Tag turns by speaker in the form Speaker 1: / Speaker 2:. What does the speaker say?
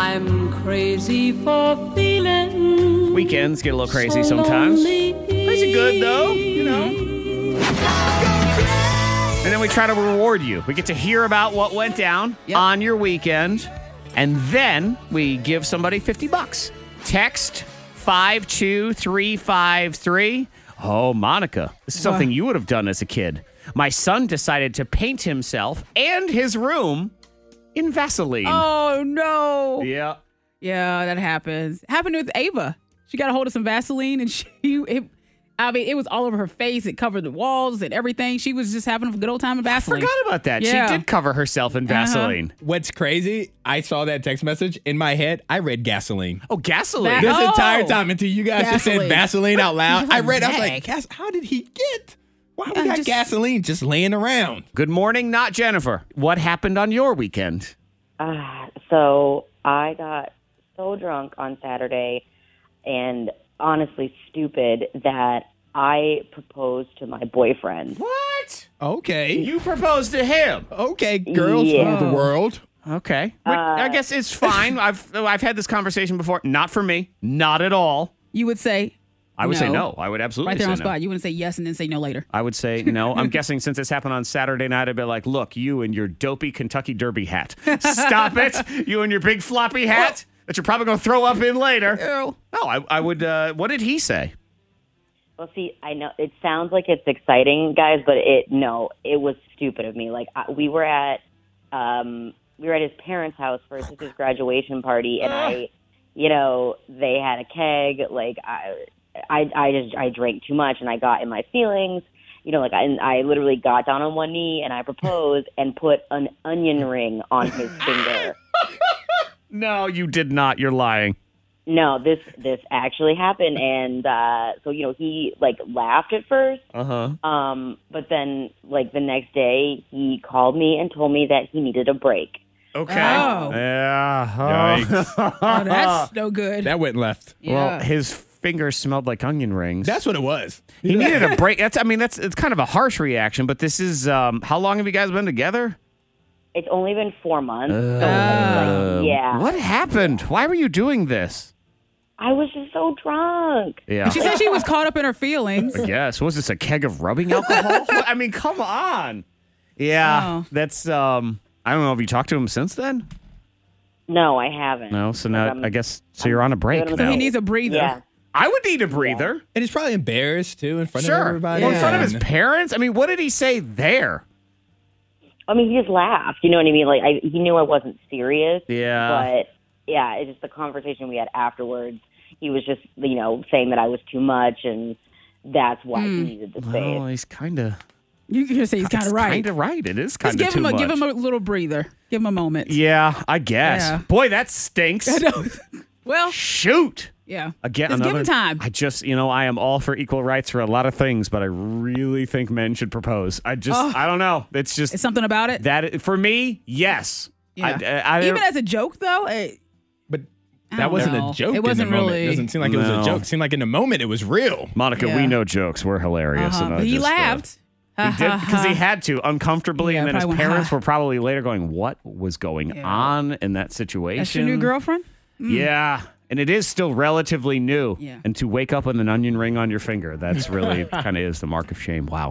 Speaker 1: I'm crazy for feeling.
Speaker 2: Weekends get a little crazy sometimes. Crazy good though, you know. And then we try to reward you. We get to hear about what went down
Speaker 3: Yep.
Speaker 2: on your weekend, and then we give somebody fifty bucks. Text five two three five three. Oh, Monica, this is something you would have done as a kid. My son decided to paint himself and his room in Vaseline.
Speaker 3: Oh no. Yeah.
Speaker 2: Yeah.
Speaker 3: that happens. Happened with Ava. She got a hold of some Vaseline and she it I mean, it was all over her face. It covered the walls and everything. She was just having a good old time in Vaseline.
Speaker 2: Forgot about that.
Speaker 3: Yeah. Uh-huh.
Speaker 2: She did cover herself in Vaseline.
Speaker 4: What's crazy? I saw that text message in my head. I read gasoline.
Speaker 2: Oh, gasoline.
Speaker 3: That-
Speaker 4: This
Speaker 3: Oh.
Speaker 4: entire time until you guys just said
Speaker 3: Gasoline.
Speaker 4: Vaseline out loud. I read. I was
Speaker 3: heck?
Speaker 4: like, Gas- how did he get? Why we
Speaker 3: Yeah,
Speaker 4: got
Speaker 3: just-
Speaker 4: gasoline just laying around?
Speaker 2: Good morning, not Jennifer. What happened on your weekend?
Speaker 5: Ah, so I got so drunk on Saturday and honestly stupid that I proposed to my boyfriend.
Speaker 2: What?
Speaker 4: Okay,
Speaker 2: You proposed to him.
Speaker 4: okay, girls
Speaker 5: Yeah.
Speaker 4: rule the world.
Speaker 2: Okay.
Speaker 3: Uh,
Speaker 2: Wait, I guess it's fine. I've I've had this conversation before. Not for me. Not at all.
Speaker 3: You would say
Speaker 2: I would say
Speaker 3: No.
Speaker 2: no. I would absolutely
Speaker 3: right there
Speaker 2: say
Speaker 3: on
Speaker 2: no.
Speaker 3: spot. You wouldn't say yes and then say no later.
Speaker 2: I would say no. I'm guessing since this happened on Saturday night, I'd be like, look, you and your dopey Kentucky Derby hat. Stop it. You and your big floppy hat that you're probably going to throw up in later.
Speaker 3: Ew.
Speaker 2: No, I, I would. Uh, what did he say?
Speaker 5: Well, see, I know it sounds like it's exciting, guys, but it no, it was stupid of me. Like I, we were at um we were at his parents' house for his sister's graduation party and I you know, they had a keg, like I I I just I drank too much and I got in my feelings. You know, like I, and I literally got down on one knee and I proposed and put an onion ring on his finger.
Speaker 2: No, you did not. You're lying.
Speaker 5: No, this this actually happened, and uh, so you know he like laughed at first,
Speaker 2: Uh huh.
Speaker 5: Um, but then, like the next day, he called me and told me that he needed a break.
Speaker 2: Okay.
Speaker 3: Oh.
Speaker 2: Yeah. Oh.
Speaker 3: Oh, that's no good.
Speaker 4: That went left.
Speaker 2: Well,
Speaker 3: yeah.
Speaker 2: his fingers smelled like onion rings.
Speaker 4: That's what it was.
Speaker 2: he needed a break. That's I mean that's it's kind of a harsh reaction, but this is um how long have you guys been together?
Speaker 5: It's only been four months. so it's like, yeah.
Speaker 2: Um, What happened? Why were you doing this?
Speaker 5: I was just so drunk.
Speaker 2: Yeah.
Speaker 3: she said she was caught up in her feelings.
Speaker 2: Yes. Was this a keg of rubbing alcohol? I mean, come on. Yeah.
Speaker 3: Oh.
Speaker 2: That's um I don't know. Have you talked to him since then?
Speaker 5: No, I haven't.
Speaker 2: No. So now
Speaker 5: Um,
Speaker 2: I guess so. You're on a break
Speaker 5: good. So
Speaker 2: now.
Speaker 3: He needs a breather.
Speaker 5: Yeah.
Speaker 2: I would need a breather.
Speaker 4: And he's probably embarrassed too in front of
Speaker 2: Sure.
Speaker 4: everybody.
Speaker 2: Well, in front of
Speaker 4: And-
Speaker 2: his parents. I mean, what did he say there?
Speaker 5: I mean, he just laughed. You know what I mean? Like, I, he knew I wasn't serious.
Speaker 2: Yeah.
Speaker 5: But yeah, it's just the conversation we had afterwards. He was just, you know, saying that I was too much, and that's why
Speaker 2: Hmm.
Speaker 5: he needed the space.
Speaker 2: Well, he's kind of
Speaker 3: You can say he's kind of right.
Speaker 2: Kind of right. It is kind of
Speaker 3: Just give
Speaker 2: too
Speaker 3: him a
Speaker 2: much.
Speaker 3: give him a little breather. Give him a moment.
Speaker 2: yeah, I guess.
Speaker 3: Yeah.
Speaker 2: Boy, that stinks.
Speaker 3: Well,
Speaker 2: Shoot.
Speaker 3: yeah.
Speaker 2: Again,
Speaker 3: Just give
Speaker 2: another-
Speaker 3: him time.
Speaker 2: I just, you know, I am all for equal rights for a lot of things, but I really think men should propose. I just, I don't know. It's just
Speaker 3: Oh. It's something about it.
Speaker 2: that for me, yes. I- uh,
Speaker 3: Yeah.
Speaker 2: I, I,
Speaker 3: Even as a joke, though, it,
Speaker 4: But
Speaker 3: I
Speaker 4: that
Speaker 3: don't
Speaker 4: wasn't
Speaker 3: know.
Speaker 4: a joke.
Speaker 3: Oh, It wasn't
Speaker 4: in the Moment.
Speaker 3: really-
Speaker 4: It doesn't seem like it was
Speaker 2: No.
Speaker 4: a joke. It seemed like in the moment it was real.
Speaker 2: Monica,
Speaker 3: Yeah.
Speaker 2: we know jokes. We're hilarious.
Speaker 3: uh-huh.
Speaker 2: and I
Speaker 3: but he
Speaker 2: just, uh,
Speaker 3: laughed.
Speaker 2: He did because he had to uncomfortably,
Speaker 3: Yeah,
Speaker 2: and then his
Speaker 3: probably went,
Speaker 2: parents
Speaker 3: "Huh."
Speaker 2: were probably later going, "What was going on in that situation?"
Speaker 3: That's your new girlfriend.
Speaker 2: Yeah, and it is still relatively new.
Speaker 3: Yeah.
Speaker 2: and to wake up with an onion ring on your finger—that's really kind of is the mark of shame. Wow.